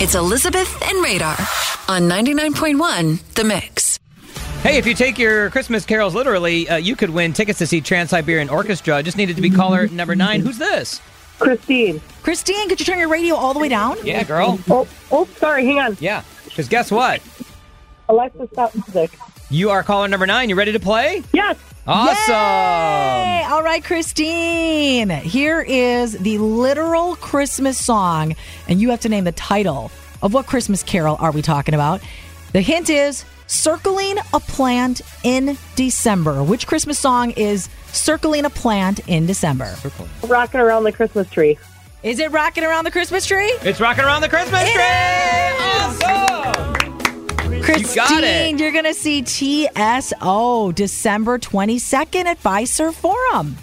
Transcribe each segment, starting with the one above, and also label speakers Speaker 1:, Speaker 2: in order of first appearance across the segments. Speaker 1: It's Elizabeth and Radar on 99.1 The Mix.
Speaker 2: Hey, if you take your Christmas carols literally, uh, you could win tickets to see Trans Siberian Orchestra. Just needed to be caller number nine. Who's this?
Speaker 3: Christine.
Speaker 4: Christine, could you turn your radio all the way down?
Speaker 2: Yeah, girl.
Speaker 3: Oh, oh, sorry. Hang on.
Speaker 2: Yeah. Because guess what?
Speaker 3: Alexa, stop music.
Speaker 2: You are caller number nine. You ready to play?
Speaker 3: Yes.
Speaker 2: Awesome.
Speaker 4: Yay! All right, Christine. Here is the literal Christmas song, and you have to name the title of what Christmas carol are we talking about? The hint is circling a plant in December. Which Christmas song is circling a plant in December?
Speaker 3: Rocking around the Christmas tree.
Speaker 4: Is it rocking around the Christmas tree?
Speaker 2: It's rocking around the Christmas tree. Awesome.
Speaker 4: Christine,
Speaker 2: got it.
Speaker 4: you're going to see TSO December 22nd at Pfizer Forum.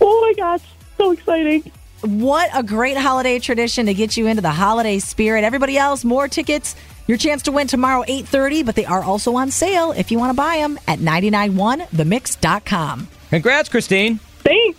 Speaker 3: Oh my gosh, so exciting!
Speaker 4: What a great holiday tradition to get you into the holiday spirit. Everybody else, more tickets. Your chance to win tomorrow 8:30, but they are also on sale if you want to buy them at 991themix.com.
Speaker 2: Congrats, Christine.
Speaker 3: Thanks.